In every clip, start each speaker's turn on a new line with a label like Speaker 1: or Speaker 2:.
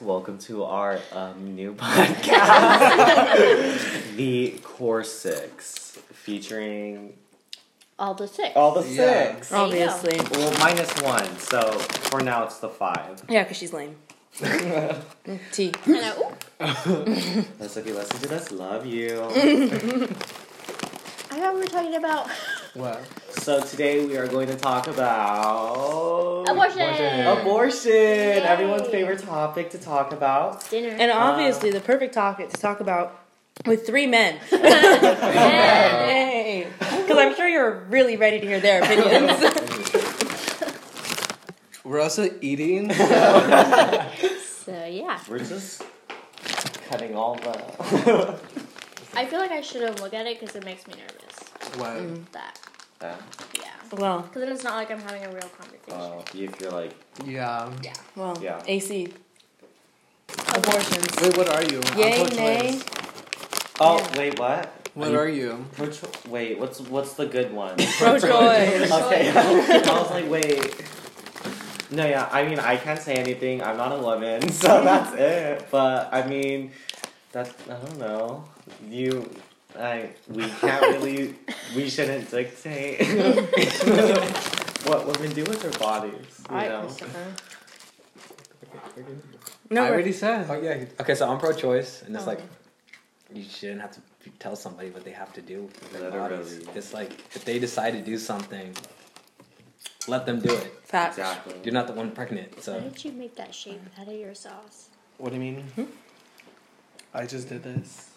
Speaker 1: Welcome to our um, new podcast, The Core Six, featuring
Speaker 2: All the six.
Speaker 1: all the
Speaker 3: Yeah.
Speaker 1: six.
Speaker 2: There you go.
Speaker 4: Obviously.
Speaker 1: Well, minus one, so for now it's the five.
Speaker 4: Yeah, because she's lame. T.
Speaker 2: And I- ooh,
Speaker 1: Let's hope you listen to this. Love you.
Speaker 2: I thought we were talking about
Speaker 3: Wow.
Speaker 1: so today we are going to talk about
Speaker 2: abortion.
Speaker 1: Abortion, everyone's favorite topic to talk about.
Speaker 2: Dinner.
Speaker 4: And obviously, the perfect topic to talk about with three men. Yay! Because I'm sure you're really ready to hear their opinions.
Speaker 3: We're also eating.
Speaker 2: so yeah,
Speaker 1: We're just cutting all the.
Speaker 2: I feel like I shouldn't look at it because it makes me nervous.
Speaker 3: wow.
Speaker 2: That
Speaker 1: Yeah.
Speaker 2: yeah,
Speaker 4: well,
Speaker 2: because then it's not like I'm having a real conversation.
Speaker 1: Oh, if you're like,
Speaker 3: Yeah.
Speaker 4: well,
Speaker 1: Yeah.
Speaker 4: AC. Abortions.
Speaker 3: Wait, what are you? I'm
Speaker 4: Yay,
Speaker 3: pro-choice.
Speaker 4: nay.
Speaker 1: oh wait, what?
Speaker 3: What are you?
Speaker 1: Pro cho- wait, what's what's the good one?
Speaker 4: Pro choice.
Speaker 1: okay, I was like, wait. No, yeah, I mean, I can't say anything. I'm not a woman, so that's it. But I mean, that's I don't know. You, I we can't really, we shouldn't dictate what women do with their bodies. You know.
Speaker 4: No, Oh,
Speaker 3: I
Speaker 4: we're-
Speaker 3: already said.
Speaker 5: Oh yeah. Okay, so I'm pro-choice, and it's like you shouldn't have to tell somebody what they have to do with their bodies.
Speaker 1: Literally.
Speaker 5: It's like if they decide to do something, let them do it.
Speaker 4: facts.
Speaker 1: Exactly.
Speaker 5: You're not the one pregnant,
Speaker 2: Why
Speaker 5: so
Speaker 2: did you make that shape out of your sauce?
Speaker 3: What do you mean? I just did this.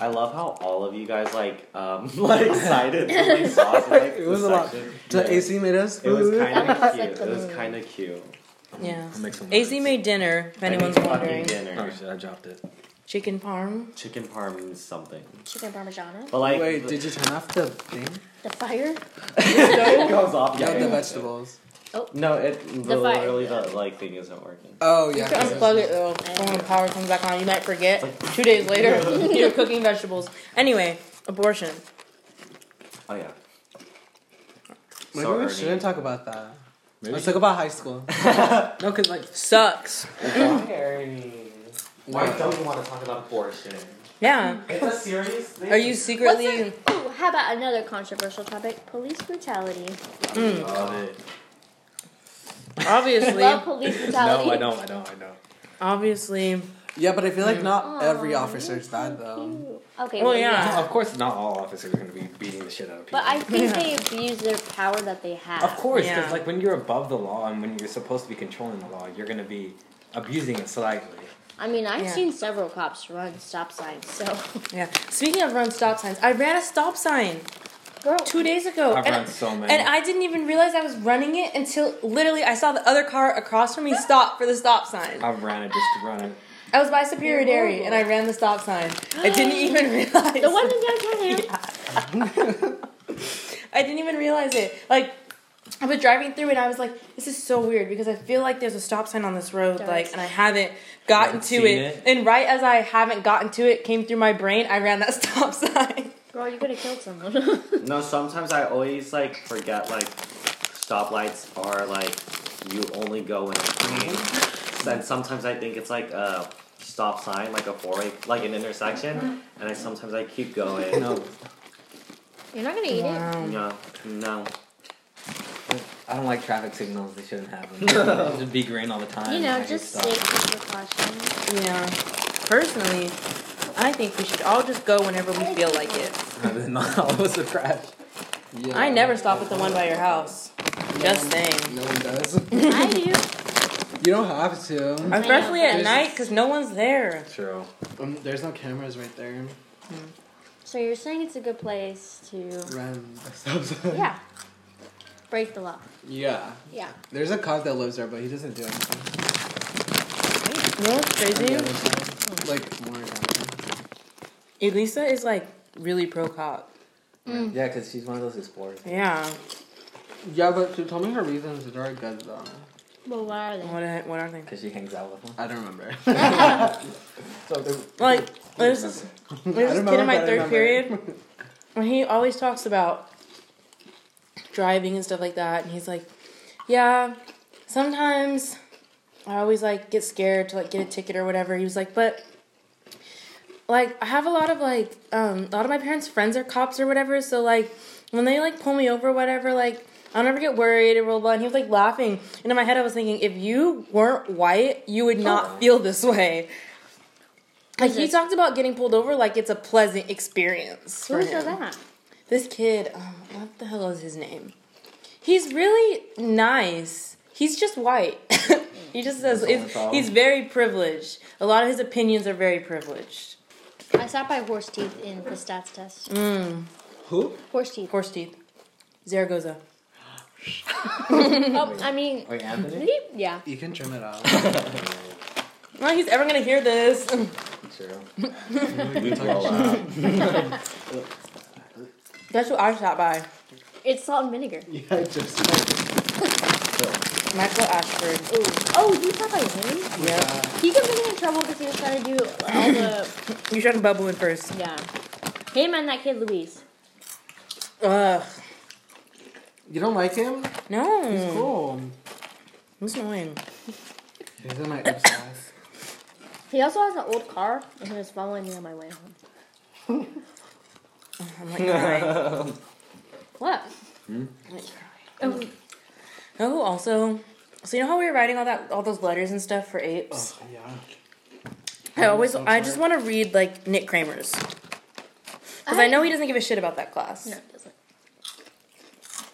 Speaker 1: I love how all of you guys like um like cited somebody's sauce. Like,
Speaker 3: It was
Speaker 1: the
Speaker 3: a lot.
Speaker 1: section.
Speaker 3: The
Speaker 1: Yeah.
Speaker 3: AC made us
Speaker 1: It was
Speaker 3: food.
Speaker 1: kind
Speaker 2: That was
Speaker 1: of
Speaker 2: like
Speaker 1: cute.
Speaker 2: the
Speaker 1: It was
Speaker 2: movie.
Speaker 1: kind of cute.
Speaker 4: Yeah.
Speaker 5: I'll make some.
Speaker 4: AC
Speaker 5: words.
Speaker 4: made dinner, if
Speaker 1: I need
Speaker 4: anyone's
Speaker 1: fucking
Speaker 4: wondering.
Speaker 1: Dinner.
Speaker 5: Oh shit! I dropped it.
Speaker 4: Chicken parm.
Speaker 1: Chicken parm something.
Speaker 2: Chicken parmigiana?
Speaker 1: But like,
Speaker 3: Wait, did you turn off the thing?
Speaker 2: The fire?
Speaker 1: it goes off?
Speaker 3: Yeah,
Speaker 1: it
Speaker 3: the
Speaker 1: goes-
Speaker 3: vegetables.
Speaker 1: No, it the
Speaker 2: fire.
Speaker 1: literally the like thing isn't working.
Speaker 3: Oh
Speaker 4: You
Speaker 3: yeah.
Speaker 4: can unplug it though. So when power comes back on, you might forget. Two days later, you're cooking vegetables. Anyway, abortion.
Speaker 1: Oh yeah.
Speaker 3: Maybe
Speaker 1: So
Speaker 3: we
Speaker 1: Ernie-
Speaker 3: shouldn't talk about that.
Speaker 5: Maybe
Speaker 3: Let's talk about high school.
Speaker 5: no, cause like
Speaker 4: Sucks.
Speaker 1: Why don't you want to talk about abortion?
Speaker 4: Yeah.
Speaker 1: It's a serious thing.
Speaker 4: Are you
Speaker 2: What's
Speaker 4: secretly?
Speaker 2: the- Ooh, how about another controversial topic? Police brutality.
Speaker 5: love it.
Speaker 4: Obviously.
Speaker 2: Love police brutality.
Speaker 5: No, I don't. I don't. I don't.
Speaker 4: Obviously.
Speaker 3: Yeah, but I feel like not every
Speaker 2: Aw,
Speaker 3: officer is bad though.
Speaker 2: Ew. Okay.
Speaker 4: Oh,
Speaker 2: well,
Speaker 4: yeah.
Speaker 5: Well, of course, not all officers are going to be beating the shit out of people.
Speaker 2: But I think they abuse their power that they have.
Speaker 5: Of course, because
Speaker 4: Yeah.
Speaker 5: like when you're above the law and when you're supposed to be controlling the law, you're gonna be abusing it slightly.
Speaker 2: I mean, I've
Speaker 4: Yeah.
Speaker 2: seen several cops run stop signs, so.
Speaker 4: Yeah. Speaking of run stop signs, I ran a stop sign
Speaker 2: Girl.
Speaker 4: two days ago.
Speaker 5: I've
Speaker 4: and-
Speaker 5: run so many.
Speaker 4: And I didn't even realize I was running it until literally I saw the other car across from me stop for the stop sign.
Speaker 5: I've ran it just to run it.
Speaker 4: I was by Superior Dairy and I ran the stop sign. I didn't even realize.
Speaker 2: The one in downtown Ham?
Speaker 4: I didn't even realize it. Like, I was driving through and I was like, this is so weird because I feel like there's a stop sign on this road,
Speaker 2: There
Speaker 4: like,
Speaker 2: is.
Speaker 4: and I haven't gotten
Speaker 5: Haven't
Speaker 4: to
Speaker 5: seen
Speaker 4: it.
Speaker 5: it.
Speaker 4: And right as I haven't gotten to it, came through my brain, I ran that stop sign.
Speaker 2: Girl, you could have killed someone.
Speaker 1: No, sometimes I always like forget like stoplights are like you only go in a lane. And sometimes I think it's like a stop sign, like a four way, like an intersection. And I sometimes I keep going.
Speaker 5: No,
Speaker 2: You're not gonna eat it.
Speaker 1: No, no.
Speaker 5: I don't like traffic signals. They shouldn't have them. It should be green all the time.
Speaker 2: You
Speaker 5: I
Speaker 2: know,
Speaker 5: hate
Speaker 2: just
Speaker 5: stop.
Speaker 2: safety precautions.
Speaker 4: Yeah. Personally, I think we should all just go whenever we feel like it.
Speaker 5: Rather than all of us are crash.
Speaker 3: Yeah.
Speaker 4: I never stop at the one by your house. Just saying.
Speaker 3: No one does.
Speaker 2: I do.
Speaker 3: You don't have to.
Speaker 4: Especially at
Speaker 3: There's-
Speaker 4: night because no one's there.
Speaker 5: True.
Speaker 3: Um, there's no cameras right there.
Speaker 2: So you're saying it's a good place to.
Speaker 3: Run. the stop sign.
Speaker 2: Yeah. Break the law.
Speaker 3: Yeah.
Speaker 2: Yeah.
Speaker 3: There's a cop that lives there, but he doesn't do anything.
Speaker 4: You know what's
Speaker 3: On the
Speaker 4: crazy?
Speaker 3: other side. Like more than-
Speaker 4: Elisa is like really pro cop.
Speaker 2: Mm.
Speaker 5: Yeah, because she's one of those explorers.
Speaker 4: Yeah.
Speaker 3: Yeah, but she told me her reasons that are good though.
Speaker 2: Well, what are they?
Speaker 4: What are, what are they?
Speaker 5: Because she hangs out with them.
Speaker 3: I don't remember.
Speaker 5: So they're-
Speaker 4: Like, there's this, there's this kid in
Speaker 3: remember,
Speaker 4: my
Speaker 3: I
Speaker 4: third
Speaker 3: remember.
Speaker 4: period, and he always talks about driving and stuff like that, and he's like, yeah, sometimes I always like get scared to like get a ticket or whatever. He was like, but like I have a lot of like um a lot of my parents' friends are cops or whatever, so like when they like pull me over or whatever, like I'll never get worried or blah blah. And he was like laughing, and in my head I was thinking, if you weren't white, you would not feel this way. Like he talked about getting pulled over, like it's a pleasant experience.
Speaker 2: Who
Speaker 4: for
Speaker 2: was
Speaker 4: him.
Speaker 2: that?
Speaker 4: This kid, um, what the hell is his name? He's really nice. He's just white. he just says
Speaker 5: the only
Speaker 4: it's,
Speaker 5: problem.
Speaker 4: he's very privileged. A lot of his opinions are very privileged.
Speaker 2: I sat by horse teeth in the stats test.
Speaker 5: Who?
Speaker 2: Horse teeth.
Speaker 4: Horse Mm, teeth. Zaragoza.
Speaker 2: Oh, I mean,
Speaker 5: Wait, Anthony?
Speaker 2: really? yeah.
Speaker 3: You can trim it out.
Speaker 4: Not he's ever gonna hear this.
Speaker 5: True.
Speaker 1: We blow up.
Speaker 4: That's what I sat by.
Speaker 2: It's salt and vinegar.
Speaker 3: yeah, I just.
Speaker 4: Michael Ashford.
Speaker 2: Ooh. Oh, you sat by him?
Speaker 4: Yeah.
Speaker 2: He kept getting in trouble because he was trying to do all the.
Speaker 4: You should bubble in first.
Speaker 2: Yeah. Him and that kid, Luis.
Speaker 4: Ugh.
Speaker 3: You don't like him?
Speaker 4: No.
Speaker 3: He's cool.
Speaker 4: He's annoying.
Speaker 3: He's in my ex class.
Speaker 4: Oh,
Speaker 2: He also has an old car, and he was following me on my way home.
Speaker 4: I'm like crying.
Speaker 2: What? Oh,
Speaker 4: oh, also, so you know how we were writing all that, all those letters and stuff for apes.
Speaker 3: Oh, yeah.
Speaker 4: I always,
Speaker 3: so
Speaker 4: I just
Speaker 3: tired.
Speaker 4: want to read like Nick Kramer's. Because I, know he doesn't give a shit about that class.
Speaker 2: No, it doesn't.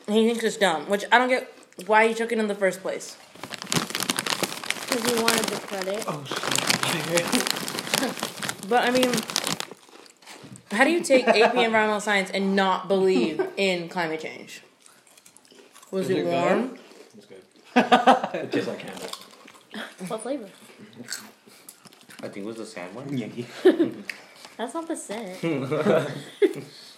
Speaker 4: And he thinks it's dumb, which I don't get why he took it in the first place.
Speaker 2: Because he wanted the credit.
Speaker 3: Oh, shit.
Speaker 4: But I mean, how do you take AP environmental science and not believe in climate change? Was
Speaker 3: Is
Speaker 4: it
Speaker 3: it
Speaker 4: warm?
Speaker 5: It's good. it tastes like candle.
Speaker 2: What flavor?
Speaker 1: I think it was a sandwich.
Speaker 2: That's not the scent.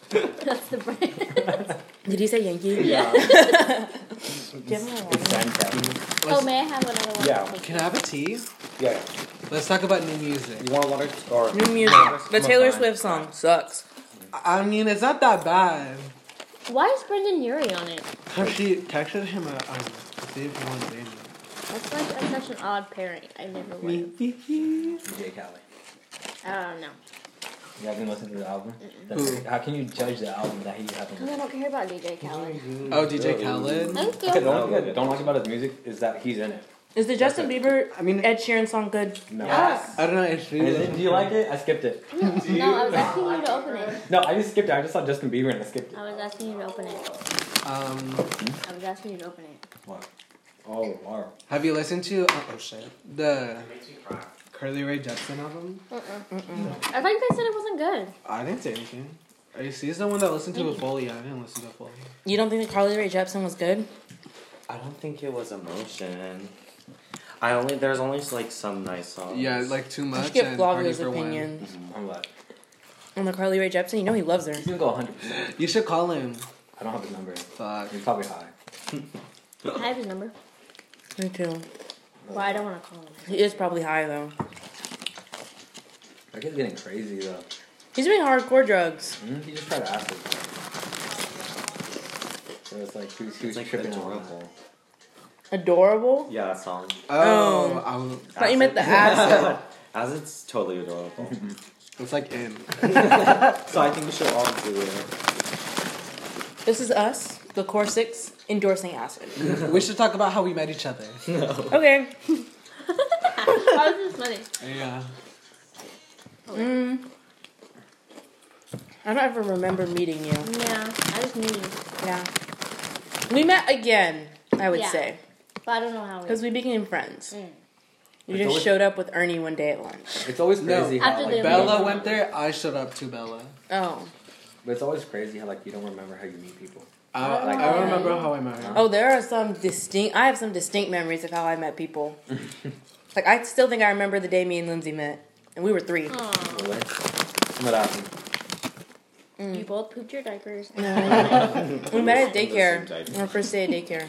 Speaker 2: That's the brand.
Speaker 4: Did he say Yankee?
Speaker 5: Yeah.
Speaker 4: Give him a water.
Speaker 5: It's Zantac.
Speaker 2: Oh, may I have another one?
Speaker 1: Yeah.
Speaker 2: Thank you.
Speaker 3: Can I have a tea?
Speaker 1: Yeah.
Speaker 3: Let's talk about new music.
Speaker 1: You want water or
Speaker 4: New music. The
Speaker 1: Come
Speaker 4: Taylor
Speaker 1: on.
Speaker 4: Swift song sucks.
Speaker 3: I mean, it's not that bad.
Speaker 2: Why is Brendan Urie on it?
Speaker 3: Have she texted him a um, see if he wants to
Speaker 2: That's like that's such an odd pairing. I never
Speaker 3: be
Speaker 2: would.
Speaker 3: in it.
Speaker 5: DJ Khaled.
Speaker 2: I don't know.
Speaker 5: You haven't listened to the album? Then How can you judge the album that he
Speaker 2: Because I
Speaker 5: hasn't
Speaker 2: don't care about DJ Khaled.
Speaker 3: Oh, DJ Khaled.
Speaker 2: Thank
Speaker 5: Okay,
Speaker 2: you.
Speaker 5: the only thing I don't like about his music is that he's in it.
Speaker 4: Is the Justin Bieber
Speaker 3: I mean-
Speaker 4: Ed Sheeran song good?
Speaker 5: No.
Speaker 3: I don't know. It's really.
Speaker 5: Is it, do you like it? I skipped it.
Speaker 2: No, I was asking you to open it.
Speaker 5: No, I just skipped it. I just saw Justin Bieber and I skipped it.
Speaker 2: I was asking you to open it.
Speaker 3: Um,
Speaker 2: I was asking you to open it.
Speaker 5: What? Oh, wow.
Speaker 3: have you listened to oh, oh shit the Carly Rae Jepsen album?
Speaker 2: I thought you guys said it wasn't good.
Speaker 3: I didn't say anything. Are you she's the one that listened to Foley? I didn't listen to Foley.
Speaker 4: You don't think that Carly Rae Jepsen was good?
Speaker 1: I don't think it was emotion. I only there's only like some nice songs.
Speaker 3: Yeah, like too
Speaker 4: You
Speaker 3: much.
Speaker 4: should get
Speaker 3: and Party
Speaker 4: Flavio's
Speaker 3: for One.
Speaker 4: opinion
Speaker 5: I'm glad.
Speaker 4: on the Carly Rae Jepsen. You know he loves her.
Speaker 5: He's gonna go 100%.
Speaker 3: You should call him.
Speaker 5: I don't have his number.
Speaker 3: Fuck.
Speaker 5: He's probably high.
Speaker 2: I have his number.
Speaker 4: Me too.
Speaker 2: Well, I don't want to call him.
Speaker 4: He is probably high though.
Speaker 5: Like, it's getting crazy though.
Speaker 4: He's doing hardcore drugs.
Speaker 5: Hmm? He just tried acid. So it's like he was, he
Speaker 1: It's
Speaker 5: was
Speaker 1: like
Speaker 5: tripping
Speaker 1: adorable.
Speaker 5: on
Speaker 4: Adorable.
Speaker 1: Yeah, that song.
Speaker 3: Oh, I was,
Speaker 4: I thought you meant the acid.
Speaker 1: As it's totally adorable.
Speaker 3: it's like in.
Speaker 1: so I think we should all do it.
Speaker 4: This is us, the Core Six, endorsing acid.
Speaker 3: we should talk about how we met each other.
Speaker 4: Okay.
Speaker 2: How is this funny?
Speaker 3: Yeah.
Speaker 4: I don't ever remember meeting you.
Speaker 2: Yeah, I just knew you.
Speaker 4: Yeah. We met again, I would
Speaker 2: Yeah.
Speaker 4: say,
Speaker 2: But I don't know how
Speaker 4: because
Speaker 2: it
Speaker 4: we became friends.
Speaker 2: Mm.
Speaker 4: You
Speaker 5: It's
Speaker 4: just
Speaker 5: always-
Speaker 4: showed up with Ernie one day at lunch.
Speaker 5: It's always
Speaker 3: No.
Speaker 5: crazy how
Speaker 2: After
Speaker 5: like,
Speaker 2: the
Speaker 3: Bella went there. I showed up to Bella.
Speaker 4: Oh.
Speaker 5: But it's always crazy how like you don't remember how you meet people.
Speaker 3: I,
Speaker 5: Like-
Speaker 3: I remember how I met her.
Speaker 4: Oh, there are some distinct. I have some distinct memories of how I met people. like I still think I remember the day me and Lindsay met, and we were three.
Speaker 2: Aw.
Speaker 5: Really? What happened?
Speaker 1: um,
Speaker 2: You both pooped your diapers.
Speaker 4: We met at
Speaker 1: In the same
Speaker 4: daycare.
Speaker 1: diaper.
Speaker 4: Our first day at daycare.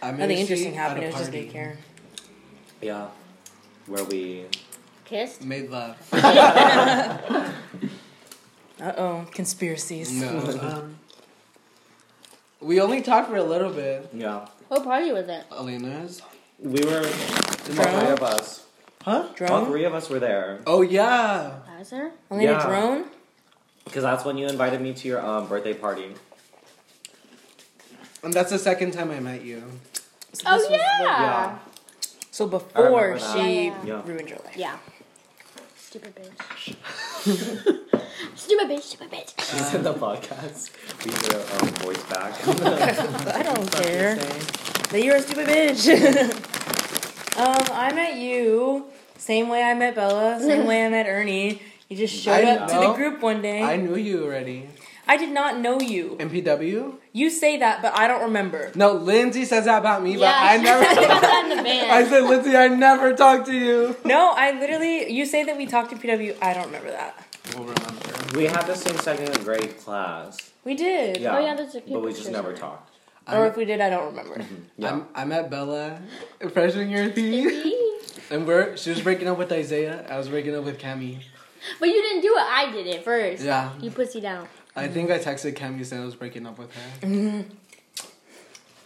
Speaker 3: I met
Speaker 4: Nothing
Speaker 3: Lucy
Speaker 4: interesting
Speaker 3: at a
Speaker 4: happened. It was just
Speaker 3: party.
Speaker 4: daycare.
Speaker 1: Yeah. Where we
Speaker 2: Kissed?
Speaker 3: Made love.
Speaker 4: Uh oh, conspiracies.
Speaker 3: No. um, we only talked for a little bit.
Speaker 1: Yeah.
Speaker 2: What party was it?
Speaker 3: Alina's.
Speaker 1: we were all three
Speaker 4: Drunk?
Speaker 1: of us.
Speaker 3: Huh?
Speaker 1: All
Speaker 4: Drone?
Speaker 1: three of us were there
Speaker 3: Oh yeah.
Speaker 2: Is there?
Speaker 4: Only a
Speaker 1: Yeah.
Speaker 4: drone?
Speaker 2: Oh,
Speaker 1: because that's when you invited me to your um, birthday party.
Speaker 3: And that's the second time I met you.
Speaker 4: So
Speaker 2: Oh
Speaker 4: this was-
Speaker 2: yeah.
Speaker 1: yeah.
Speaker 4: So
Speaker 1: remember
Speaker 4: before
Speaker 1: that.
Speaker 4: she
Speaker 2: Yeah,
Speaker 1: yeah.
Speaker 4: ruined your life.
Speaker 2: Yeah. Stupid bitch. stupid bitch. Stupid bitch.
Speaker 1: She said the podcast. We threw our um, voice back.
Speaker 4: I don't care. That you're a stupid bitch. um, I met you same way I met Bella, same way I met Ernie. You just showed
Speaker 3: I
Speaker 4: up to the
Speaker 3: know.
Speaker 4: group one day.
Speaker 3: I
Speaker 4: I,
Speaker 3: knew you already.
Speaker 4: did not know you.
Speaker 3: MPW?
Speaker 4: You say that, but I don't remember.
Speaker 3: No, Lindsay says that about me, but I
Speaker 2: she
Speaker 3: never.
Speaker 2: said that in the van.
Speaker 3: I said, Lindsay, I never talked to you.
Speaker 4: No, I literally. You say that we talked to PW. I don't remember that.
Speaker 3: We'll remember.
Speaker 1: we had the same second grade class.
Speaker 4: We did.
Speaker 1: Yeah.
Speaker 2: Oh, yeah, there's a few
Speaker 1: But we just
Speaker 2: pictures
Speaker 1: never
Speaker 2: on it.
Speaker 1: talked.
Speaker 4: Or if we did, I don't remember.
Speaker 1: Yeah.
Speaker 3: I'm, I met Bella, freshman year thing, and we're she was breaking up with Isaiah. I was breaking up with Cammy.
Speaker 2: But you didn't do it. I did it first.
Speaker 3: Yeah.
Speaker 2: You pussy down.
Speaker 3: I think I texted Cammy saying I was breaking up with her.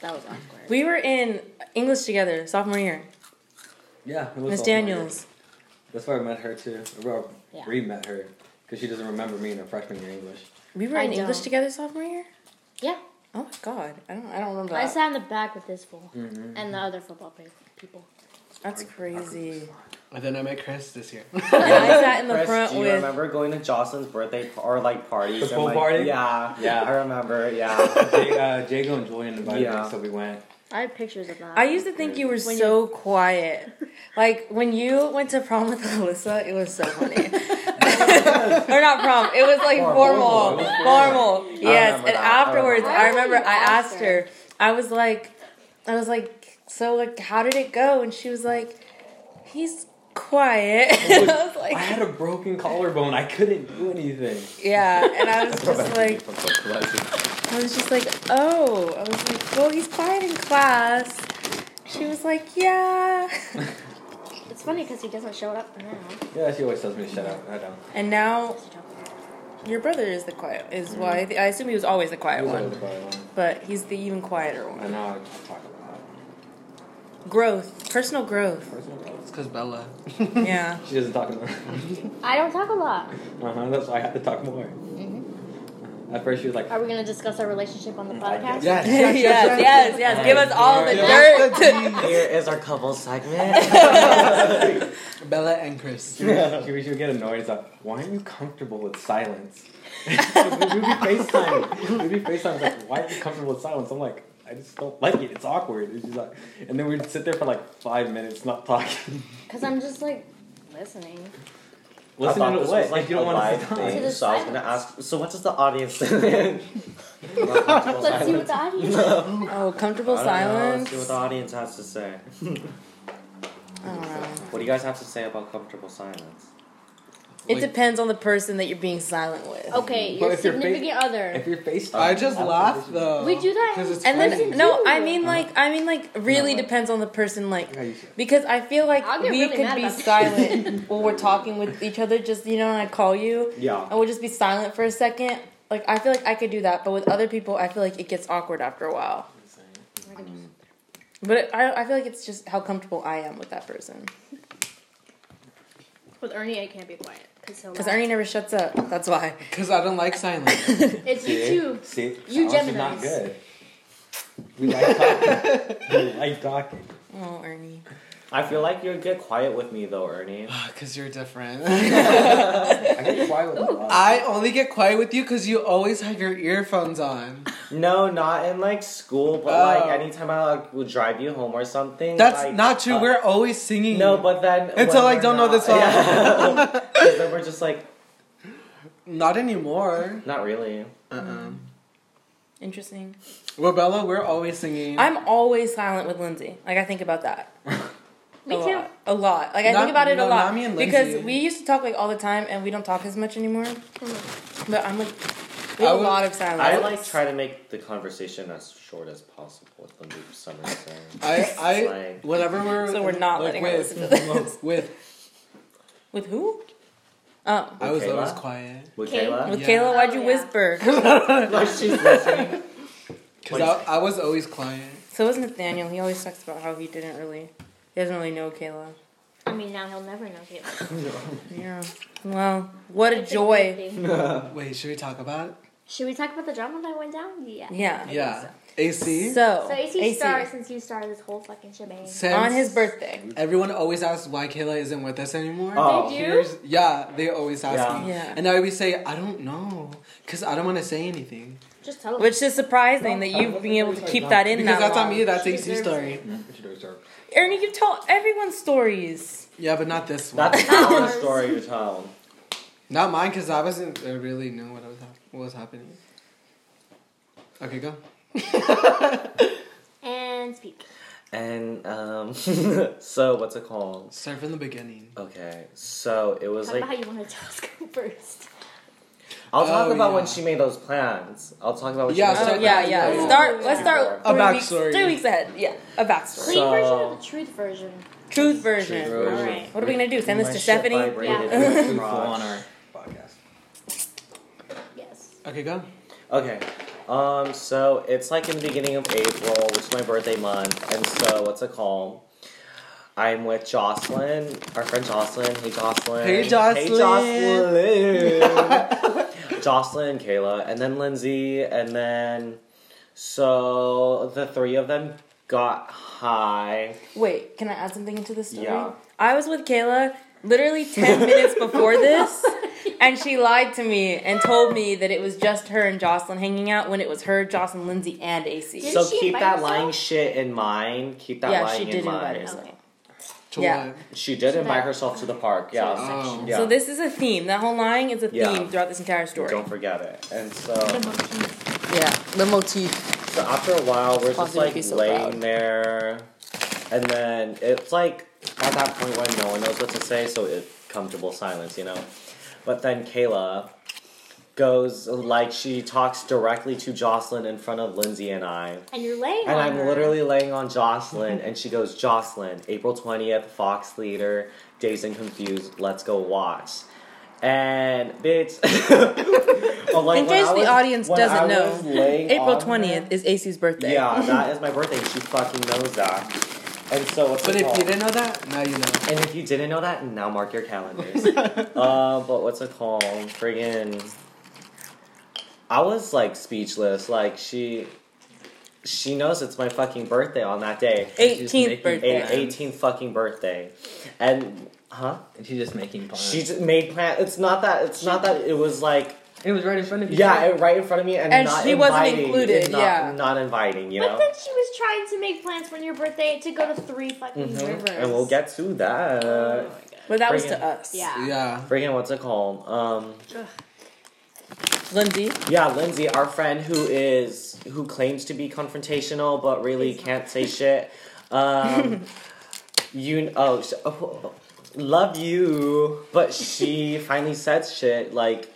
Speaker 2: That was awkward.
Speaker 4: We were in English together sophomore year.
Speaker 5: Yeah, it was
Speaker 4: Miss
Speaker 5: all familiar.
Speaker 4: Daniels.
Speaker 5: That's where I met her too. Or
Speaker 2: Yeah.
Speaker 5: re met her because she doesn't remember me in her freshman year English.
Speaker 4: We were
Speaker 2: I
Speaker 4: in English
Speaker 2: don't.
Speaker 4: together sophomore year.
Speaker 2: Yeah.
Speaker 4: Oh my god, I don't. I don't remember.
Speaker 2: I
Speaker 4: That.
Speaker 2: sat in the back with this fool and the other football pe- people.
Speaker 4: That's crazy.
Speaker 3: And then I met Chris this year.
Speaker 4: And I sat in the
Speaker 1: Chris,
Speaker 4: front
Speaker 1: do you
Speaker 4: with.
Speaker 1: remember going to Jocelyn's birthday par- or like parties?
Speaker 5: The
Speaker 1: and,
Speaker 5: pool
Speaker 1: like-
Speaker 5: party?
Speaker 1: Yeah,
Speaker 5: Yeah.
Speaker 1: I remember. Yeah,
Speaker 5: Jay, uh, Jago and Julian invited
Speaker 1: Yeah.
Speaker 5: me, so we went.
Speaker 2: I have pictures of that.
Speaker 4: I used to think you were
Speaker 2: When
Speaker 4: so quiet. Like when you went to prom with Alyssa, it was so funny. or not prom. It was like formal.
Speaker 1: Formal.
Speaker 4: Formal.
Speaker 1: I
Speaker 4: Yes.
Speaker 1: remember that.
Speaker 4: And
Speaker 1: I
Speaker 4: afterwards,
Speaker 1: remember
Speaker 4: I remember I
Speaker 2: that. Why
Speaker 4: asked her. I was like, I was like, so like, how did it go? And she was like, he's quiet. And I was
Speaker 5: I
Speaker 4: like,
Speaker 5: had a broken collarbone. I couldn't do anything.
Speaker 4: yeah. And I was just like,
Speaker 5: From so pleasant.
Speaker 4: I was just like, oh. I was like, well, he's quiet in class. She was like, yeah.
Speaker 2: It's funny because he doesn't show up now.
Speaker 5: yeah, she always tells me to shut up. I don't.
Speaker 4: And now Your brother is the quiet is
Speaker 2: Mm-hmm.
Speaker 4: why I assume he was always the quiet one, but he's the even quieter
Speaker 5: I
Speaker 4: one.
Speaker 5: know. I can't talk about
Speaker 4: Growth, personal growth.
Speaker 3: It's because Bella.
Speaker 4: Yeah,
Speaker 5: that. She doesn't talk about.
Speaker 2: I don't talk a lot.
Speaker 5: Uh huh. That's why I had to talk more.
Speaker 1: Mm-hmm.
Speaker 5: At first, she was like,
Speaker 2: Are we going to discuss our relationship on the
Speaker 5: I guess.
Speaker 2: podcast?
Speaker 3: Yes, yes,
Speaker 4: yes, yes, yes, Give us all the dirt.
Speaker 3: Yes, the
Speaker 1: here is our couple segment.
Speaker 3: tea. Bella and Chris.
Speaker 5: she, would, she, would, she would get annoyed. It's like, why aren't you comfortable with silence? we'd be FaceTime. We'd be FaceTime. Like, why are you comfortable with silence? I'm like, I just don't like it. It's awkward. And she's like, and then we'd sit there for like five minutes not talking.
Speaker 2: Because I'm just like listening.
Speaker 1: I thought
Speaker 5: Listening to
Speaker 1: this
Speaker 5: what?
Speaker 1: was,
Speaker 5: Like, you don't
Speaker 1: a
Speaker 5: want to
Speaker 1: live
Speaker 5: sit down.
Speaker 1: thing,
Speaker 2: To the
Speaker 1: so I was gonna ask. So what does the audience think?
Speaker 2: Let's see what the audience
Speaker 4: Oh, comfortable
Speaker 1: I don't know. Let's
Speaker 4: silence.
Speaker 1: see what the audience has to say.
Speaker 4: I don't know.
Speaker 1: What do you guys have to say about comfortable silence?
Speaker 4: It depends on the person that you're being silent with.
Speaker 2: Okay,
Speaker 5: But
Speaker 2: your
Speaker 5: if you're fa-
Speaker 2: significant other.
Speaker 5: If you're FaceTime,
Speaker 1: Oh,
Speaker 3: I just
Speaker 5: don't
Speaker 3: laugh
Speaker 5: think they should-
Speaker 3: though.
Speaker 2: We do that
Speaker 3: 'Cause it's
Speaker 4: And
Speaker 3: funny.
Speaker 4: then
Speaker 2: do.
Speaker 4: no, I mean like I mean like really
Speaker 5: No, like-
Speaker 4: depends on the person like
Speaker 5: Yeah, you should.
Speaker 4: because I feel like
Speaker 2: I'll
Speaker 4: we
Speaker 2: get really
Speaker 4: could
Speaker 2: mad
Speaker 4: be
Speaker 2: about that.
Speaker 4: silent while we're talking with each other. Just you know, when I call you,
Speaker 1: Yeah.
Speaker 5: Oh,
Speaker 4: and we'll just be silent for a second. Like I feel like I could do that, but with other people, I feel like it gets awkward after a while. But I, I feel like it's just how comfortable I am with that person.
Speaker 2: With Ernie, I can't be quiet. Because
Speaker 4: Because Ernie never shuts up. That's why.
Speaker 3: 'Cause I don't like silence.
Speaker 2: It's you
Speaker 5: See?
Speaker 2: too.
Speaker 5: See?
Speaker 2: You
Speaker 5: Silence is not
Speaker 2: Geminis.
Speaker 5: good. We like talking. we like talking.
Speaker 4: Oh, Ernie.
Speaker 1: I feel like you'd get quiet with me though, Ernie.
Speaker 3: Because you're different.
Speaker 5: I get quiet with a lot.
Speaker 3: I only get quiet with you because you always have your earphones on.
Speaker 1: No, not in like school, but
Speaker 3: Oh.
Speaker 1: like anytime I like would drive you home or something.
Speaker 3: That's
Speaker 1: like,
Speaker 3: not true.
Speaker 1: uh,
Speaker 3: we're always singing.
Speaker 1: No, but then
Speaker 3: Until I don't know the
Speaker 1: this
Speaker 3: song.
Speaker 1: then we're just like,
Speaker 3: not anymore.
Speaker 1: not really.
Speaker 3: Uh-uh.
Speaker 4: Interesting.
Speaker 3: Well, Bella, we're always singing.
Speaker 4: I'm always silent with Lindsay. Like I think about that.
Speaker 2: Me
Speaker 4: a
Speaker 2: too.
Speaker 4: Lot. A lot. Like I
Speaker 3: Not-
Speaker 4: think about it
Speaker 3: no,
Speaker 4: a lot
Speaker 3: not me and
Speaker 4: because
Speaker 3: Lindsay.
Speaker 4: we used to talk like all the time, and we don't talk as much anymore.
Speaker 2: Mm-hmm.
Speaker 4: But I'm like, we
Speaker 3: I
Speaker 4: have a
Speaker 3: would-
Speaker 4: lot of silence.
Speaker 1: I like try to make the conversation as short as possible with them for some reason.
Speaker 3: I, I,
Speaker 1: Like-
Speaker 3: whenever we're
Speaker 4: So we're not letting her
Speaker 3: with,
Speaker 4: listen to this.
Speaker 3: with,
Speaker 4: with who? Oh,
Speaker 3: I was
Speaker 1: Kayla?
Speaker 3: always quiet
Speaker 1: With
Speaker 2: Okay.
Speaker 1: Kayla,
Speaker 4: with
Speaker 3: Yeah.
Speaker 4: Kayla. Why'd
Speaker 2: Oh,
Speaker 4: you
Speaker 2: yeah.
Speaker 4: whisper?
Speaker 1: like she's listening.
Speaker 3: because I, I was always quiet.
Speaker 4: So it was Nathaniel. He always talks about how he didn't really, he doesn't really know Kayla.
Speaker 2: I mean, now he'll never know you.
Speaker 4: Yeah. Well, what a joy.
Speaker 3: Wait, should we talk about it?
Speaker 2: Should we talk about the drama that went down? Yeah.
Speaker 4: Yeah.
Speaker 3: Yeah. AC.
Speaker 4: So,
Speaker 2: So AC, Star, since you started this whole fucking shebang.
Speaker 3: since
Speaker 4: on his birthday.
Speaker 3: Everyone always asks why Kayla isn't with us anymore.
Speaker 1: Oh.
Speaker 2: Did you?
Speaker 3: Here's- yeah, they always ask
Speaker 1: Yeah.
Speaker 3: me.
Speaker 4: Yeah.
Speaker 3: And now I always say, I don't know. Because I don't want to say anything.
Speaker 2: Just tell
Speaker 4: Which is surprising that you've been able to keep that in
Speaker 3: because
Speaker 4: that
Speaker 3: that's
Speaker 4: long.
Speaker 3: on me, that's
Speaker 2: She
Speaker 3: AC
Speaker 2: deserves
Speaker 3: story.
Speaker 4: Ernie, you told everyone stories.
Speaker 3: Yeah, but not this one.
Speaker 1: That's not the story you tell.
Speaker 3: not mine, because I wasn't I really knew what, I was hap- what was happening. Okay, go.
Speaker 2: And speak.
Speaker 1: And um, so what's it called?
Speaker 3: Start from the beginning.
Speaker 1: Okay, so it was
Speaker 2: Talk
Speaker 1: like
Speaker 2: about how you want to task first.
Speaker 1: I'll talk
Speaker 3: Oh,
Speaker 1: about when
Speaker 3: yeah.
Speaker 1: she made those plans. I'll talk about when
Speaker 3: Yeah,
Speaker 1: she
Speaker 3: so-
Speaker 1: made
Speaker 4: Oh yeah, yeah.
Speaker 1: yeah.
Speaker 4: Start. Let's start.
Speaker 3: A
Speaker 4: three weeks-
Speaker 3: backstory.
Speaker 4: Three weeks ahead. Yeah, a backstory.
Speaker 2: Clean version
Speaker 1: So-
Speaker 2: or the truth version?
Speaker 4: Truth version.
Speaker 1: True.
Speaker 4: All right. What are we gonna do? Send this
Speaker 1: My
Speaker 4: to
Speaker 1: shit
Speaker 4: Stephanie.
Speaker 1: vibrated
Speaker 2: Yeah.
Speaker 1: with
Speaker 5: Truthful
Speaker 1: crotch.
Speaker 5: on our podcast.
Speaker 2: Yes.
Speaker 3: Okay, go.
Speaker 1: Okay. Um, so it's like in the beginning of April, which is my birthday month, and so what's it called? I'm with Jocelyn, our friend Jocelyn. Hey Jocelyn.
Speaker 3: Hey,
Speaker 1: Hey Jocelyn. Jocelyn, Kayla, and then Lindsay, and then so the three of them got high.
Speaker 4: Wait, can I add something into the story?
Speaker 1: Yeah.
Speaker 4: I was with Kayla literally ten minutes before this, and she lied to me and told me that it was just her and Jocelyn hanging out when it was her, Jocelyn, Lindsay, and AC.
Speaker 2: Did- Didn't
Speaker 1: so
Speaker 2: she
Speaker 1: keep
Speaker 2: invite
Speaker 1: that
Speaker 2: herself?
Speaker 1: lying shit in mind. Keep that
Speaker 4: yeah,
Speaker 1: lying
Speaker 4: she
Speaker 1: in
Speaker 4: did invite
Speaker 1: mind.
Speaker 4: herself.
Speaker 2: Okay.
Speaker 3: To
Speaker 4: Yeah.
Speaker 3: what?
Speaker 1: She did invite
Speaker 2: that-
Speaker 1: herself to the park. Yeah.
Speaker 2: So
Speaker 3: Oh.
Speaker 2: section.
Speaker 1: yeah.
Speaker 4: So this is a theme. That whole lying is a theme
Speaker 1: Yeah.
Speaker 4: throughout this entire story.
Speaker 1: Don't forget it. And so,
Speaker 2: The motion.
Speaker 4: Yeah, the motif.
Speaker 1: so after a while, we're just
Speaker 4: Coffee would
Speaker 1: like
Speaker 4: be so
Speaker 1: laying
Speaker 4: proud.
Speaker 1: there, and then it's like at that point when no one knows what to say, so it's comfortable silence, you know. But then Kayla goes like she talks directly to Jocelyn in front of Lindsay and I.
Speaker 2: And you're laying
Speaker 1: And
Speaker 2: on
Speaker 1: I'm
Speaker 2: her.
Speaker 1: literally laying on Jocelyn, and she goes, Jocelyn, April 20th, Fox Theater, Dazed and Confused, let's go watch. And bitch, well, like,
Speaker 4: In
Speaker 1: when
Speaker 4: case
Speaker 1: I
Speaker 4: the
Speaker 1: was-
Speaker 4: audience
Speaker 1: when
Speaker 4: doesn't
Speaker 1: I
Speaker 4: know,
Speaker 1: was laying
Speaker 4: April
Speaker 1: on her-
Speaker 4: twentieth is AC's birthday.
Speaker 1: Yeah, that is my birthday. and She fucking knows that. And so, what's
Speaker 3: But
Speaker 1: it
Speaker 3: if
Speaker 1: called?
Speaker 3: you didn't know that, now you know.
Speaker 1: and if you didn't know that, now mark your calendars. uh, but what's it called? Friggin' I was like speechless. Like she, she knows it's my fucking birthday on that day.
Speaker 4: eighteenth
Speaker 5: making
Speaker 4: birthday.
Speaker 1: A- 18th fucking birthday. And, huh?
Speaker 5: And she's just making fun.
Speaker 1: She just made plans. It's not that, it's not that it was like,
Speaker 5: it was right in front of you.
Speaker 1: yeah, it- right in front of me and,
Speaker 4: And
Speaker 1: not
Speaker 4: she wasn't
Speaker 1: inviting,
Speaker 4: included,
Speaker 1: and not,
Speaker 4: yeah.
Speaker 1: Not inviting, you
Speaker 2: But
Speaker 1: know?
Speaker 2: then she was trying to make plans for your birthday to go to three fucking rivers.
Speaker 1: Mm-hmm.
Speaker 2: Oh
Speaker 1: And we'll get to
Speaker 4: Oh.
Speaker 1: that.
Speaker 4: But that was
Speaker 1: Friggin-
Speaker 4: to us.
Speaker 2: Yeah.
Speaker 3: Yeah.
Speaker 1: Friggin', what's it called? Um,
Speaker 4: Lindsay.
Speaker 1: yeah, Lindsay, our friend who is, who claims to be confrontational but really can't say shit. Um, you oh, sh- oh, love you but she finally said shit like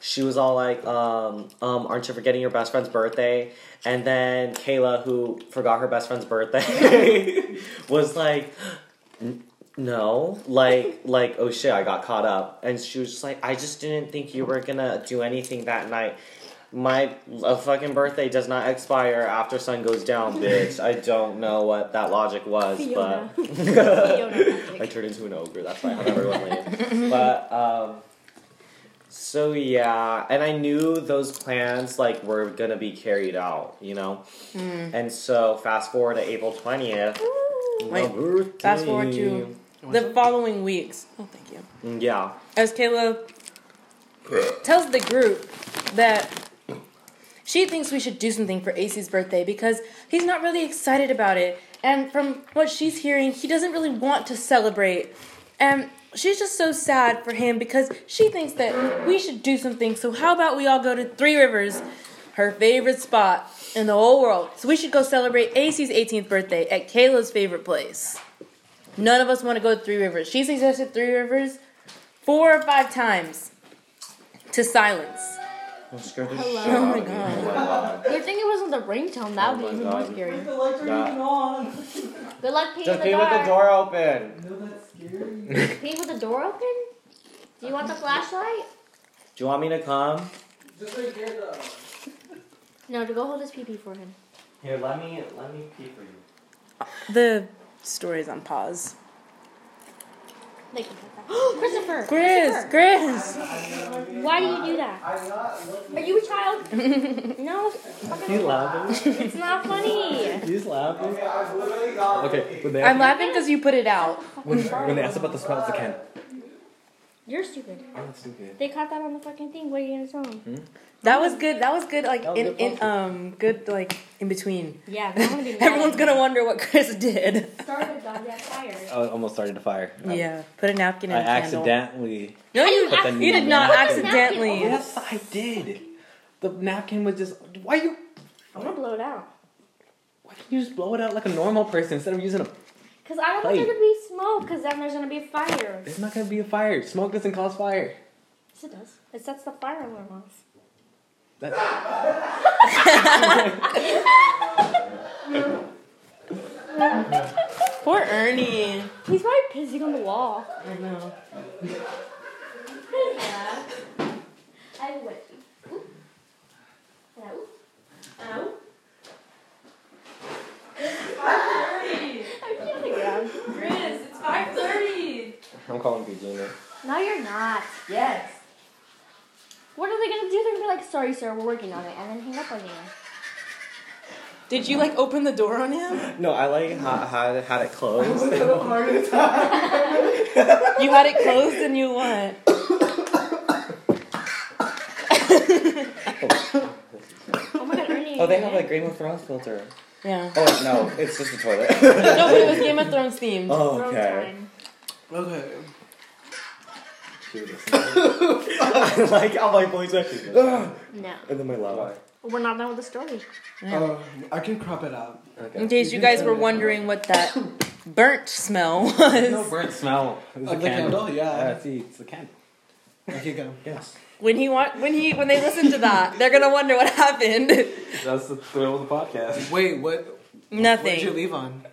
Speaker 1: she was all like um um aren't you forgetting your best friend's birthday and then kayla who forgot her best friend's birthday was like "N- no like like oh shit i got caught up and she was just like i just didn't think you were gonna do anything that night my a fucking birthday does not expire after sun goes down bitch i don't know what that logic was
Speaker 2: Fiona.
Speaker 1: but
Speaker 2: Fiona.
Speaker 1: I turned into an ogre. That's why I have everyone leave. But um, so yeah, and I knew those plans like were gonna be carried out, you know.
Speaker 4: Hmm.
Speaker 1: And so fast forward to April twentieth.
Speaker 4: Wait, Fast forward to the following weeks. Oh, thank you.
Speaker 1: yeah.
Speaker 4: As Kayla tells the group that she thinks we should do something for AC's birthday because he's not really excited about it. And from what she's hearing, he doesn't really want to celebrate. And she's just so sad for him because she thinks that we should do something. So, how about we all go to Three Rivers, her favorite spot in the whole world? So, we should go celebrate AC's 18th birthday at Kayla's favorite place. None of us want to go to Three Rivers. She suggested Three Rivers four or five times to silence.
Speaker 1: I'm scared the
Speaker 2: Hello.
Speaker 1: shit
Speaker 2: Oh
Speaker 1: out of me. Oh my god.
Speaker 2: Good thing it wasn't the ringtone. That would be
Speaker 1: Oh
Speaker 2: even
Speaker 1: my
Speaker 2: more
Speaker 1: God.
Speaker 2: scary.
Speaker 1: Yeah.
Speaker 2: Good luck peeing
Speaker 1: Just
Speaker 2: in the
Speaker 1: leave with the
Speaker 2: dark.
Speaker 1: door open.
Speaker 2: Peeing with the door open? Do you want the flashlight?
Speaker 1: Do you want me to come?
Speaker 2: No, to go hold his pee pee for him.
Speaker 1: Here, let me let me pee for you.
Speaker 4: The story's on pause.
Speaker 2: They can cut that. Christopher.
Speaker 4: Chris,
Speaker 2: Christopher,
Speaker 4: Chris.
Speaker 2: Why do you do that?
Speaker 1: I'm not looking.
Speaker 2: Are you a child? no,
Speaker 5: He's laughing.
Speaker 2: it's not funny.
Speaker 5: He's laughing.
Speaker 1: Okay, I've literally got.
Speaker 5: Okay, when they,
Speaker 4: I'm
Speaker 5: asked,
Speaker 4: laughing because you put it out.
Speaker 5: when, when they asked about the smells again,
Speaker 2: You're stupid.
Speaker 1: Oh,
Speaker 5: I'm not stupid.
Speaker 2: They caught that on the fucking thing. What are you gonna tell
Speaker 5: Mm-hmm.
Speaker 2: them?
Speaker 4: That was good. That was good. Like
Speaker 5: That was
Speaker 4: in,
Speaker 5: good
Speaker 4: in
Speaker 5: punchy.
Speaker 4: um good like in between.
Speaker 2: Yeah, they're gonna be mad.
Speaker 4: Everyone's gonna wonder what Chris did.
Speaker 2: start a goddamn fire.
Speaker 5: I almost started a fire.
Speaker 4: Yeah, put a napkin
Speaker 5: I
Speaker 4: in a candle.
Speaker 5: accidentally.
Speaker 4: No, you,
Speaker 5: Put the
Speaker 4: you did not
Speaker 5: napkin.
Speaker 4: accidentally.
Speaker 2: Napkin.
Speaker 5: Yes, I did. The napkin was just. Why you?
Speaker 2: I'm gonna blow it out.
Speaker 5: Why didn't you just blow it out like a normal person instead of using a?
Speaker 2: Cause I don't want there
Speaker 5: Plate.
Speaker 2: to be smoke. Cause then there's gonna be a fire.
Speaker 5: There's not gonna be a fire. Smoke doesn't cause fire.
Speaker 2: Yes, it does. It sets the fire alarm off.
Speaker 5: That,
Speaker 4: Poor Ernie.
Speaker 2: He's probably pissing on the wall.
Speaker 4: I know.
Speaker 2: I win. Oop. Oop. Ow. I'm feeling around.
Speaker 4: Chris, it's five thirty.
Speaker 5: I'm calling PJ now.
Speaker 2: No, you're not.
Speaker 4: Yes.
Speaker 2: What are they gonna do? They're gonna be like, sorry, sir, we're working on it, and then hang up on you.
Speaker 4: Did you like open the door on him?
Speaker 1: No, I like ha- had had it closed.
Speaker 4: You had it closed and you what?
Speaker 2: Oh my god, Ernie.
Speaker 1: oh, they have like Game of Thrones filter.
Speaker 4: Yeah.
Speaker 1: Oh wait, no, it's just a toilet.
Speaker 4: No, but it was Game of Thrones themed.
Speaker 1: oh,
Speaker 2: Throw
Speaker 1: okay.
Speaker 2: time.
Speaker 3: Okay.
Speaker 1: like all my points are. and
Speaker 2: No.
Speaker 1: then my lava.
Speaker 2: We're not done with the story.
Speaker 3: Uh, I can crop it out.
Speaker 4: In case you guys were wondering what that burnt smell was.
Speaker 5: No burnt smell. It's
Speaker 3: Of the candle, yeah.
Speaker 5: Yeah, see, it's the candle.
Speaker 3: Okay, go.
Speaker 5: Yes.
Speaker 4: When he wa- when he when they listen to that, they're gonna wonder what happened.
Speaker 5: That's the thrill of the podcast.
Speaker 3: Wait, what? What did you
Speaker 4: Nothing.
Speaker 3: leave on?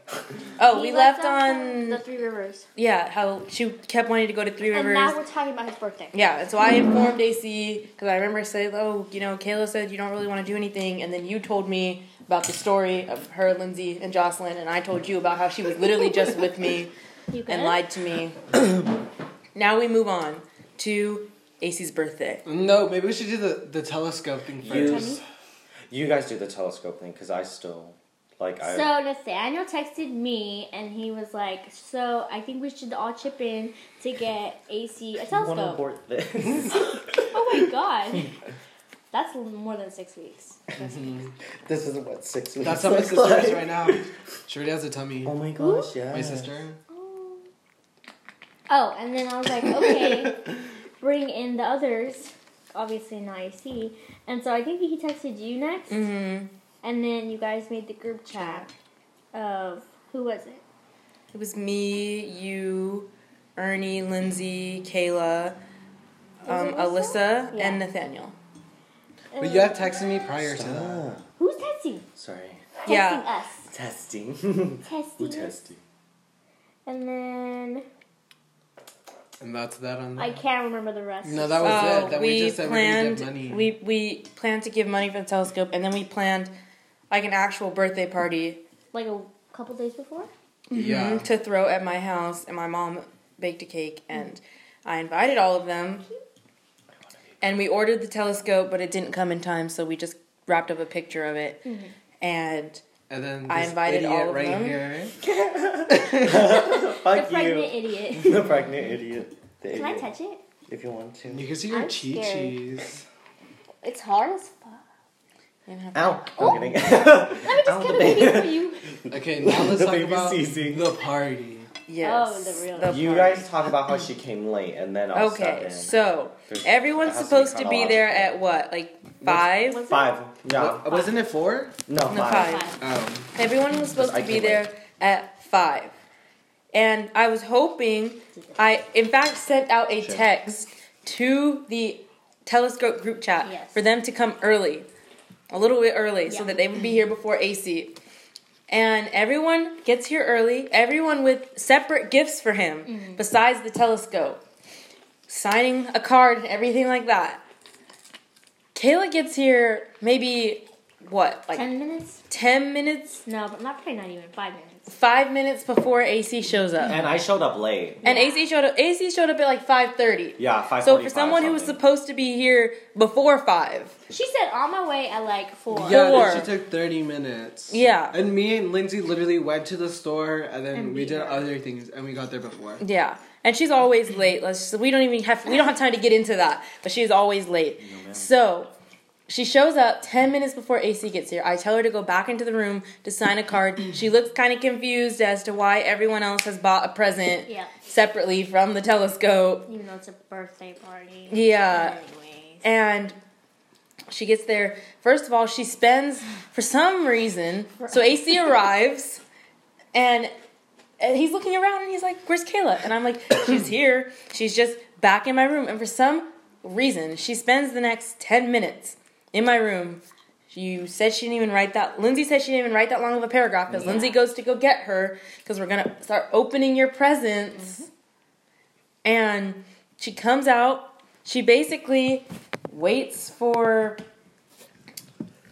Speaker 4: Oh, we
Speaker 2: He
Speaker 4: left
Speaker 2: out
Speaker 4: on
Speaker 2: the Three Rivers.
Speaker 4: yeah. How she kept wanting to go to Three
Speaker 2: And now
Speaker 4: Rivers.
Speaker 2: we're talking about his birthday.
Speaker 4: Yeah, so I informed AC because I remember saying, "Oh, you know, Kayla said you don't really want to do anything," and then you told me about the story of her, Lindsay, and Jocelyn, and I told you about how she was literally just with me
Speaker 2: You good?
Speaker 4: and lied to me. now we move on to AC's birthday.
Speaker 3: No, maybe we should do the, the telescope thing first.
Speaker 1: You, you guys do the telescope thing because I still like I.
Speaker 2: So Nathaniel texted me and he was like, "So I think we should all chip in to get AC a
Speaker 1: want to
Speaker 2: telescope."
Speaker 1: abort this.
Speaker 2: Oh my god, that's l- more than six weeks.
Speaker 1: this is what six weeks.
Speaker 3: That's how my
Speaker 1: looks
Speaker 3: sister is
Speaker 1: like.
Speaker 3: right now. She already has a tummy.
Speaker 1: Oh my gosh, yeah.
Speaker 3: My sister.
Speaker 2: Oh, and then I was like, "Okay, bring in the others." Obviously not AC, and so I think he texted you next,
Speaker 4: Mm-hmm.
Speaker 2: and then you guys made the group chat of who was it?
Speaker 4: It was me, you, Ernie, Lindsay, Kayla,
Speaker 2: Was
Speaker 4: um,
Speaker 2: it
Speaker 4: Alyssa,
Speaker 2: Yeah.
Speaker 4: and Nathaniel.
Speaker 3: But you have texted me prior to that.
Speaker 1: Ah,
Speaker 2: Who's texting?
Speaker 1: sorry.
Speaker 2: Texting
Speaker 4: Yeah.
Speaker 2: us.
Speaker 1: Testing.
Speaker 2: Testing.
Speaker 1: Who testing?
Speaker 2: And then
Speaker 3: And that's that on that.
Speaker 2: I can't remember the rest.
Speaker 3: No, that was
Speaker 4: Oh,
Speaker 3: it. That we, just said
Speaker 4: planned.
Speaker 3: we're gonna give money.
Speaker 4: We we planned to give money for the telescope, and then we planned like an actual birthday party Mm-hmm.
Speaker 2: like a couple days before.
Speaker 3: yeah.
Speaker 4: to throw at my house, and my mom baked a cake, and I invited all of them. And we ordered the telescope, but it didn't come in time, so we just wrapped up a picture of it.
Speaker 2: Mm-hmm.
Speaker 4: And
Speaker 3: And then this
Speaker 4: I invited
Speaker 3: idiot
Speaker 4: all of
Speaker 3: right
Speaker 4: them.
Speaker 3: here.
Speaker 2: The
Speaker 1: Fuck
Speaker 2: pregnant
Speaker 1: you.
Speaker 2: idiot.
Speaker 1: The pregnant idiot. The
Speaker 2: Can
Speaker 1: idiot.
Speaker 2: I touch it?
Speaker 1: If you want to.
Speaker 3: You can see your
Speaker 2: I'm
Speaker 3: chi
Speaker 2: scared.
Speaker 3: chis.
Speaker 2: It's hard as fuck.
Speaker 4: you know,
Speaker 1: Ow!
Speaker 2: Oh.
Speaker 1: I'm kidding. Let
Speaker 2: Let me just get a baby for you.
Speaker 3: Okay, now let's
Speaker 1: The
Speaker 3: talk
Speaker 1: baby's
Speaker 3: about
Speaker 1: seizing.
Speaker 3: the party.
Speaker 4: yes,
Speaker 2: Oh, the real-
Speaker 1: You
Speaker 4: party.
Speaker 1: guys talk about how she came late, and then I'll step
Speaker 4: Okay,
Speaker 1: in.
Speaker 4: so
Speaker 1: There's-
Speaker 4: everyone's
Speaker 1: it has
Speaker 4: supposed to
Speaker 1: to be
Speaker 4: be there at what, like five?
Speaker 2: Was it?
Speaker 1: five. Yeah.
Speaker 3: Wa- Wasn't it four?
Speaker 1: No,
Speaker 4: No,
Speaker 1: five.
Speaker 4: five.
Speaker 2: Five.
Speaker 3: Oh.
Speaker 4: Everyone was supposed
Speaker 1: I
Speaker 4: to be
Speaker 1: came
Speaker 4: there at five, and I was hoping. I in fact sent out a
Speaker 5: Sure.
Speaker 4: text to the telescope group chat
Speaker 2: Yes.
Speaker 4: for them to come early, a little bit early, so
Speaker 2: Yeah.
Speaker 4: that they would be here before AC. And everyone gets here early. Everyone with separate gifts for him,
Speaker 2: Mm-hmm.
Speaker 4: besides the telescope, signing a card and everything like that. Kayla gets here maybe what like
Speaker 2: Ten minutes?
Speaker 4: 10 minutes
Speaker 2: No, but not probably not even five minutes.
Speaker 4: five minutes before AC shows up.
Speaker 1: And I showed up late.
Speaker 4: And
Speaker 2: Yeah.
Speaker 4: AC showed up. AC showed up at like five thirty.
Speaker 1: Yeah, five.
Speaker 4: So for someone who was supposed to be here before five,
Speaker 2: She said on my way at like four.
Speaker 3: Yeah,
Speaker 4: Four.
Speaker 3: then she took 30 minutes.
Speaker 4: Yeah.
Speaker 3: And me and Lindsay literally went to the store and then
Speaker 2: And
Speaker 3: we
Speaker 2: beat
Speaker 3: did
Speaker 2: her.
Speaker 3: other things and we got there before.
Speaker 4: yeah. And she's always late. Let's just, we don't even have we don't have time to get into that. But she's always late. so she shows up ten minutes before AC gets here. I tell her to go back into the room to sign a card. she looks kind of confused as to why everyone else has bought a present
Speaker 2: Yeah.
Speaker 4: separately from the telescope.
Speaker 2: Even though it's a birthday party.
Speaker 4: Yeah.
Speaker 2: Anyways.
Speaker 4: and she gets there. First of all, she spends for some reason. So AC arrives, and and he's looking around and he's like, "Where's Kayla?" And I'm like, "She's here. She's just back in my room." And for some reason, she spends the next ten minutes in my room. You said she didn't even write that. Lindsay said she didn't even write that long of a paragraph because Lindsay goes to go get her because we're gonna start opening your presents. And she comes out. She basically waits for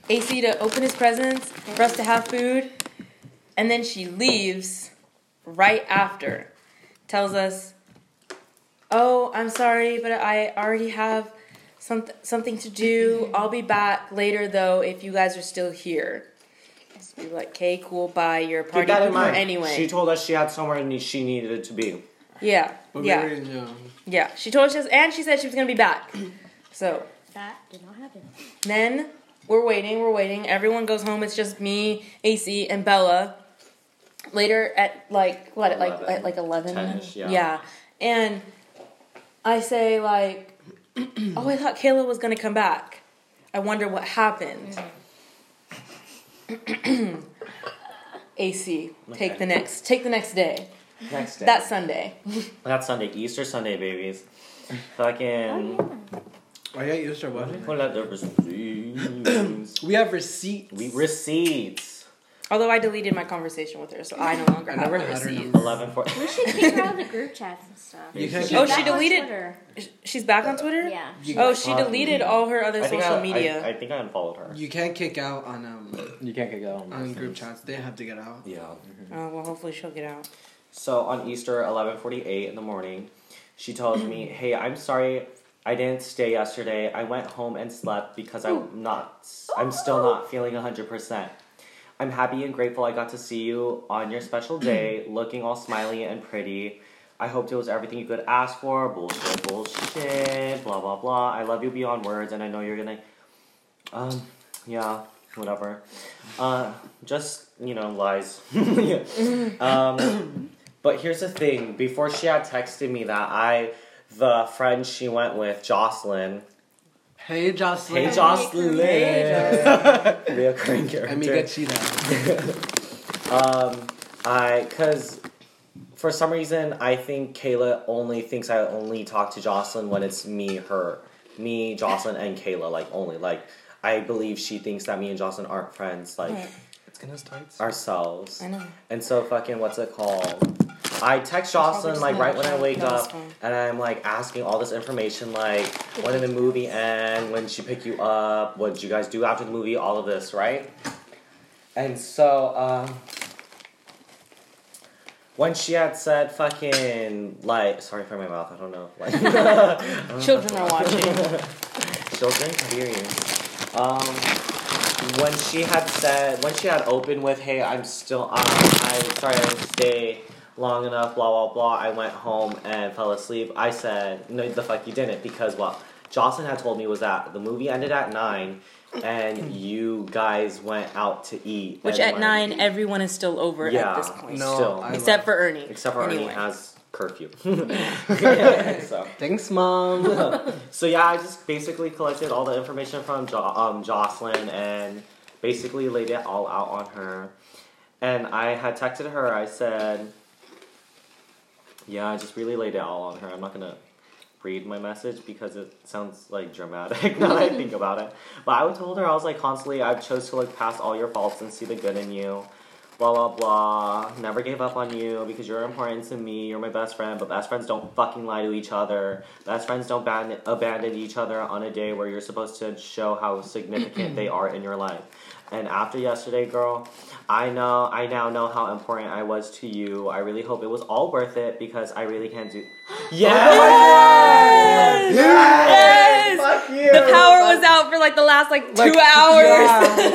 Speaker 4: AC to open his presents for us to have food, and then she leaves right after. Tells us, "Oh, I'm sorry, but I already have some, something to do. I'll be back later, though, if you guys are still here." So you're like, "Okay, cool. Bye. Your party
Speaker 1: Keep that in
Speaker 4: pooper
Speaker 1: mind.
Speaker 4: anyway."
Speaker 1: she told us she had somewhere ne- she needed to be.
Speaker 4: yeah,
Speaker 3: But
Speaker 4: yeah.
Speaker 3: we already know.
Speaker 4: Yeah, she told us, and she said she was gonna be back. So
Speaker 2: That did not happen.
Speaker 4: then we're waiting, we're waiting. Everyone goes home. It's just me, AC, and Bella. Later at like what at like
Speaker 1: Eleven.
Speaker 4: at like eleven.
Speaker 1: 10-ish, yeah.
Speaker 4: and I say like, oh, I thought Kayla was gonna come back. I wonder what happened. AC, take
Speaker 1: Okay.
Speaker 4: the next take the next day.
Speaker 1: Next day.
Speaker 4: That Sunday.
Speaker 1: That's Sunday, Easter Sunday, babies. Fucking
Speaker 2: Oh, yeah.
Speaker 3: Oh, yeah, you start watching.
Speaker 1: pull out the receipts.
Speaker 3: We have receipts.
Speaker 1: we receipts.
Speaker 4: Although I deleted my conversation with her, so I no longer
Speaker 3: I
Speaker 4: have
Speaker 3: never
Speaker 4: her
Speaker 3: had her
Speaker 4: receipts.
Speaker 3: number.
Speaker 1: Eleven four.
Speaker 2: We should figure out the group chats and stuff.
Speaker 3: You can't
Speaker 1: Oh,
Speaker 4: Oh,
Speaker 3: get-
Speaker 2: Back
Speaker 4: she
Speaker 2: on
Speaker 4: deleted.
Speaker 2: Twitter.
Speaker 4: She's back on Twitter.
Speaker 2: Yeah.
Speaker 3: You,
Speaker 4: Oh, she
Speaker 1: Probably.
Speaker 4: deleted all her other
Speaker 1: I think
Speaker 4: social
Speaker 1: I,
Speaker 4: media.
Speaker 1: I, I think I unfollowed her.
Speaker 3: you can't kick out on um
Speaker 5: You can't get out on
Speaker 3: on
Speaker 5: those
Speaker 3: group
Speaker 5: things.
Speaker 3: chats. They have to get out.
Speaker 1: Yeah.
Speaker 4: oh well, hopefully she'll get out.
Speaker 1: So on Easter, eleven forty eight in the morning, she tells me, "Hey, I'm sorry, I didn't stay yesterday. I went home and slept because I'm not. I'm still not feeling hundred percent. I'm happy and grateful I got to see you on your special day, looking all smiley and pretty. I hoped it was everything you could ask for. Bullshit, bullshit, blah blah blah. I love you beyond words, and I know you're gonna. Um, yeah, whatever. Uh, just you know, lies. Yeah. um, but here's the thing: before she had texted me that, I, the friend she went with, Jocelyn.
Speaker 3: Hey, Jocelyn.
Speaker 1: Hey,
Speaker 2: Hey,
Speaker 1: Jocelyn. Reoccurring character.
Speaker 3: And we get you that.
Speaker 1: Um, I because for some reason I think Kayla only thinks I only talk to Jocelyn when it's me, her, me, Jocelyn, and Kayla. Like only like I believe she thinks that me and Jocelyn aren't friends. Like
Speaker 4: Right.
Speaker 3: It's gonna start.
Speaker 1: ourselves.
Speaker 4: I know.
Speaker 1: And so fucking what's it called? I text Jocelyn like right when I wake
Speaker 4: No, it's
Speaker 1: up,
Speaker 4: fine.
Speaker 1: and I'm like asking all this information like when did the movie end, when did she pick you up, what did you guys do after the movie, all of this, right? And so um, when she had said fucking like sorry for my mouth, I don't know, like
Speaker 4: Children are watching.
Speaker 1: children experience. Um, when she had said, when she had opened with, "Hey, I'm still, uh, I'm sorry, I didn't stay long enough." Blah blah blah. I went home and fell asleep. I said, "No, the fuck you didn't," because what Jocelyn had told me was that the movie ended at nine, and you guys went out to eat.
Speaker 4: Which
Speaker 1: and
Speaker 4: at
Speaker 1: went-
Speaker 4: nine, everyone is still over
Speaker 1: Yeah.
Speaker 4: at this point,
Speaker 3: No,
Speaker 1: Still.
Speaker 3: I
Speaker 4: except
Speaker 3: love-
Speaker 4: for Ernie.
Speaker 1: except for
Speaker 4: anyway.
Speaker 1: Ernie has curfew. so.
Speaker 3: Thanks, mom.
Speaker 1: So yeah, I just basically collected all the information from jo- um, Jocelyn and basically laid it all out on her. And I had texted her. I said, "Yeah, I just really laid it all on her. I'm not gonna read my message because it sounds like dramatic now that I think about it. But I told her I was like constantly, I've chose to look past all your faults and see the good in you. Blah blah blah. Never gave up on you because you're important to me. You're my best friend, but best friends don't fucking lie to each other. Best friends don't ban- abandon each other on a day where you're supposed to show how significant they are in your life. And after yesterday, girl, I know I now know how important I was to you. I really hope it was all worth it because I really can't do. Oh Yes!
Speaker 4: Yes!
Speaker 1: Fuck you!
Speaker 4: The power was out for like the last like two
Speaker 3: Like,
Speaker 4: hours.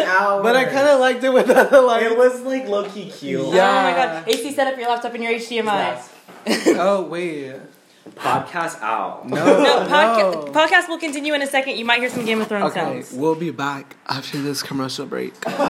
Speaker 3: yeah.
Speaker 1: Hours.
Speaker 3: But I kind of liked it with the lights.
Speaker 1: It was like low key cute.
Speaker 3: Yeah.
Speaker 4: Oh my god. AC, set up your laptop and your HDMI.
Speaker 1: Yes.
Speaker 3: oh wait,
Speaker 1: Podcast out.
Speaker 3: no,
Speaker 4: No, podca- podcast will continue in a second. You might hear some Game of Thrones
Speaker 3: Okay,
Speaker 4: sounds.
Speaker 3: we'll be back after this commercial break.